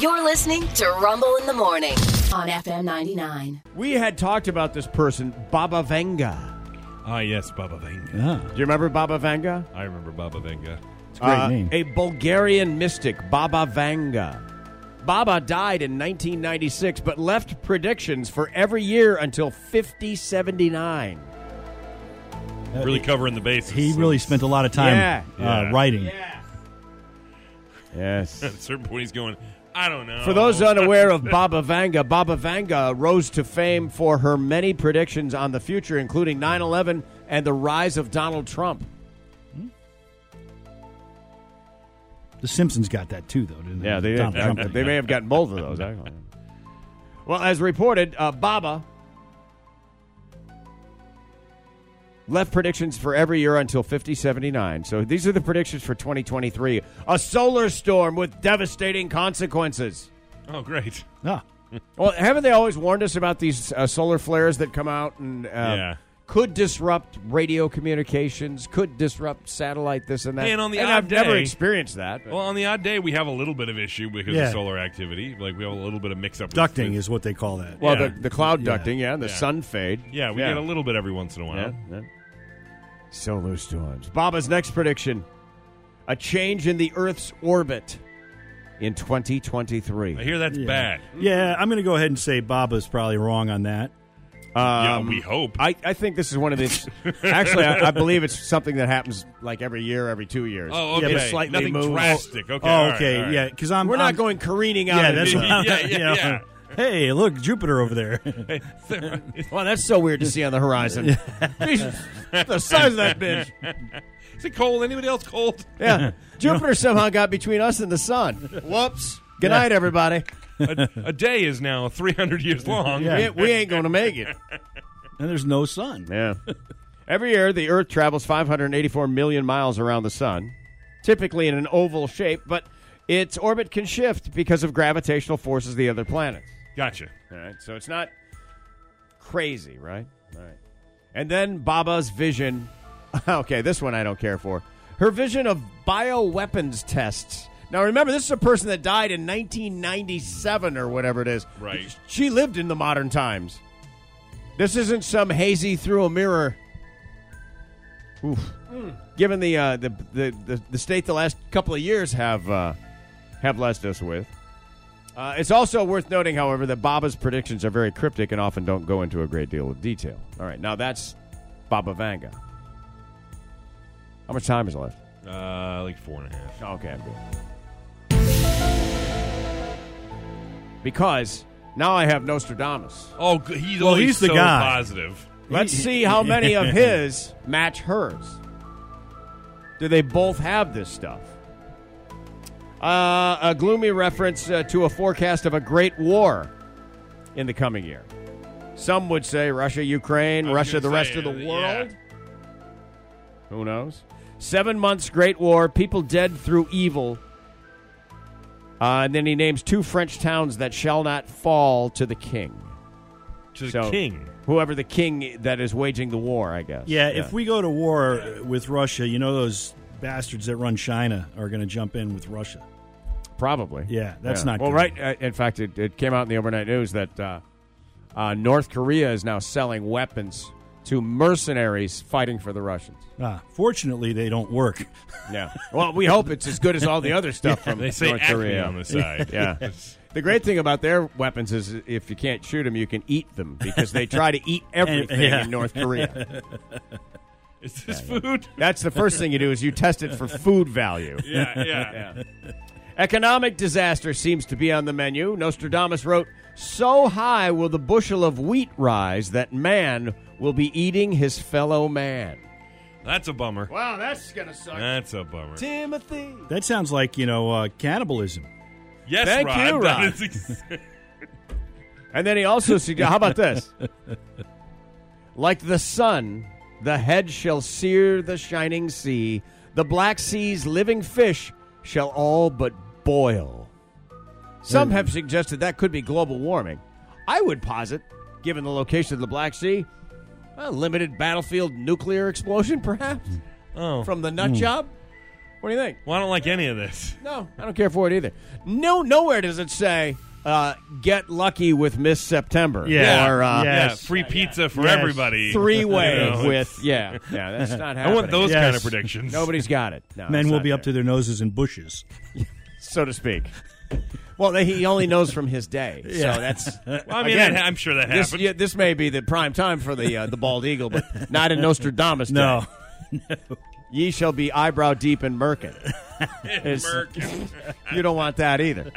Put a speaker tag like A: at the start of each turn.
A: You're listening to Rumble in the Morning on FM 99.
B: We had talked about this person, Baba Venga.
C: Ah, yes, Baba Venga.
B: Do you remember Baba Vanga?
C: I remember Baba Venga.
D: It's a great name.
B: A Bulgarian mystic, Baba Vanga. Baba died in 1996, but left predictions for every year until 5079.
C: Really covering the bases.
D: Uh, He really spent a lot of time
B: Yeah.
D: Uh,
C: Yeah.
D: writing.
B: Yes.
C: At a certain point, he's going, I don't know.
B: For those unaware of Baba Vanga, Baba Vanga rose to fame for her many predictions on the future, including 9 11 and the rise of Donald Trump.
D: The Simpsons got that too, though, didn't they?
B: Yeah, they
D: Donald Trump.
B: they may have gotten both of those. I don't know. well, as reported, uh, Baba left predictions for every year until 5079. So these are the predictions for 2023: a solar storm with devastating consequences.
C: Oh, great.
D: Ah,
B: Well, haven't they always warned us about these uh, solar flares that come out and uh,
C: Yeah.
B: could disrupt radio communications, could disrupt satellite this and that?
C: Hey, and on the
B: I've
C: odd
B: never
C: day-
B: experienced that. but-
C: Well, on the odd day, we have a little bit of issue because
D: Yeah.
C: of solar activity. Like, we have a little bit of mix up.
D: ducting is what they call that.
B: Well,
C: yeah.
B: the, the cloud ducting, yeah, and the
C: Yeah.
B: sun fade.
C: Yeah, we get a little bit every once in a while.
B: Solar storms. Baba's next prediction a change in the Earth's orbit in
C: I
B: 2023.
C: hear that's
D: Yeah.
C: bad.
D: Yeah, I'm going to go ahead and say Baba's probably wrong on that.
C: Yeah,
B: Um,
C: we hope.
B: I, I think this is one of these. actually, I, I believe it's something that happens like every year, every two years.
C: oh,
D: yeah,
C: okay.
D: but
B: slightly
C: Nothing
B: moves.
C: drastic. Okay. all
D: oh,
C: right,
D: okay,
C: all right.
D: yeah, because I'm.
B: We're not
D: I'm-
B: going careening out.
D: Yeah,
B: into
D: that's
B: the-
D: what I'm,
C: Yeah, yeah,
D: you
C: yeah.
D: know. Hey, look, Jupiter over there.
B: Well, that's so weird to see on the horizon. Jesus, the size of that bitch.
C: Is it cold? Anybody else cold?
B: Yeah, Jupiter somehow got between us and the sun. Whoops. Good night, everybody.
C: a, a day is now 300 years long.
D: Yeah.
B: We- we ain't going to make it.
D: and there's no sun.
B: Yeah. Every year, the Earth travels 584 million miles around the sun, typically in an oval shape, but its orbit can shift because of gravitational forces of the other planets.
C: Gotcha.
B: All right. So it's not crazy, right? All right. And then Baba's vision. Okay, this one I don't care for. Her vision of bioweapons tests. Now, remember, this is a person that died in 1997 or whatever it is.
C: Right.
B: She lived in the modern times. This isn't some hazy through a mirror. Oof. Given the, uh, the, the the the state the last couple of years have uh, have left us with, uh, it's also worth noting, however, that Baba's predictions are very cryptic and often don't go into a great deal of detail. All right, now that's Baba Vanga. How much time is left?
C: Uh, like four and a half.
B: Okay, I'm good. Because now I have Nostradamus.
C: Oh, g- he's
D: Well,
C: always
D: he's the
C: so
D: guy.
C: positive.
B: Let's see how many of his match hers. Do they both have this stuff? Uh, a gloomy reference uh, to a forecast of a great war in the coming year. Some would say Russia, Ukraine,
C: I was
B: Russia,
C: gonna
B: the
C: say,
B: rest of the
C: uh, yeah.
B: world. Who knows? Seven months, Great War, people dead through evil. Uh, and then he names two French towns that shall not fall to the king.
C: To the
B: So-
C: king.
B: Whoever the king that is waging the war, I guess.
D: Yeah, if we go to war with Russia, you know those bastards that run China are going to jump in with Russia.
B: Probably.
D: Yeah, that's not
B: Well,
D: good.
B: right. Uh, in fact, it, it came out in the overnight news that uh, uh, North Korea is now selling weapons to mercenaries fighting for the Russians.
D: Ah, fortunately, they don't work.
B: Yeah. well, we hope it's as good as all the other stuff from
C: They say
B: North
C: acme
B: Korea.
C: on the side.
B: Yeah. The great thing about their weapons is if you can't shoot them, you can eat them because they try to eat everything
D: yeah.
B: in North Korea.
C: Is this food?
B: That's the first thing you do is you test it for food value.
C: Yeah, yeah.
B: Economic disaster seems to be on the menu. Nostradamus wrote, So high will the bushel of wheat rise that man will be eating his fellow man.
C: That's a bummer.
B: Wow, that's going to suck.
C: That's a bummer.
B: Timothy.
D: That sounds like you know uh, cannibalism.
C: Yes,
B: Thank
C: Rod.
B: you,
C: That
B: Rod.
C: is ex-
B: And then he also suggests, How about this? like the sun, the head shall sear the shining sea, the black sea's living fish shall all but boil. Some have suggested that could be global warming. I would posit, given the location of the Black Sea, a limited battlefield nuclear explosion, perhaps,
C: oh.
B: from the nut job. What do you think?
C: Well, I don't like any of this.
B: No, I don't care for it either. No, nowhere does it say uh, get lucky with Miss September.
D: Yeah.
B: or uh,
D: Yes.
C: Yeah, free pizza for
D: Yes.
C: everybody.
B: three
C: You
B: way
C: know,
B: with yeah, yeah. That's not happening.
C: I want those kind of
D: Yes.
C: predictions.
B: Nobody's got it. No,
D: Men
B: it's
D: will
B: not
D: be up
B: there.
D: to their noses in bushes.
B: so to speak. Well, they, he only knows from his day, so that's.
C: Well, I mean,
B: again,
C: that- I'm sure that
B: This,
C: happened.
B: yeah, this may be the prime time for the uh, the bald eagle, but not in Nostradamus. day.
D: No.
B: ye shall be eyebrow deep in merkin. It's-
C: Merkin.
B: You don't want that either.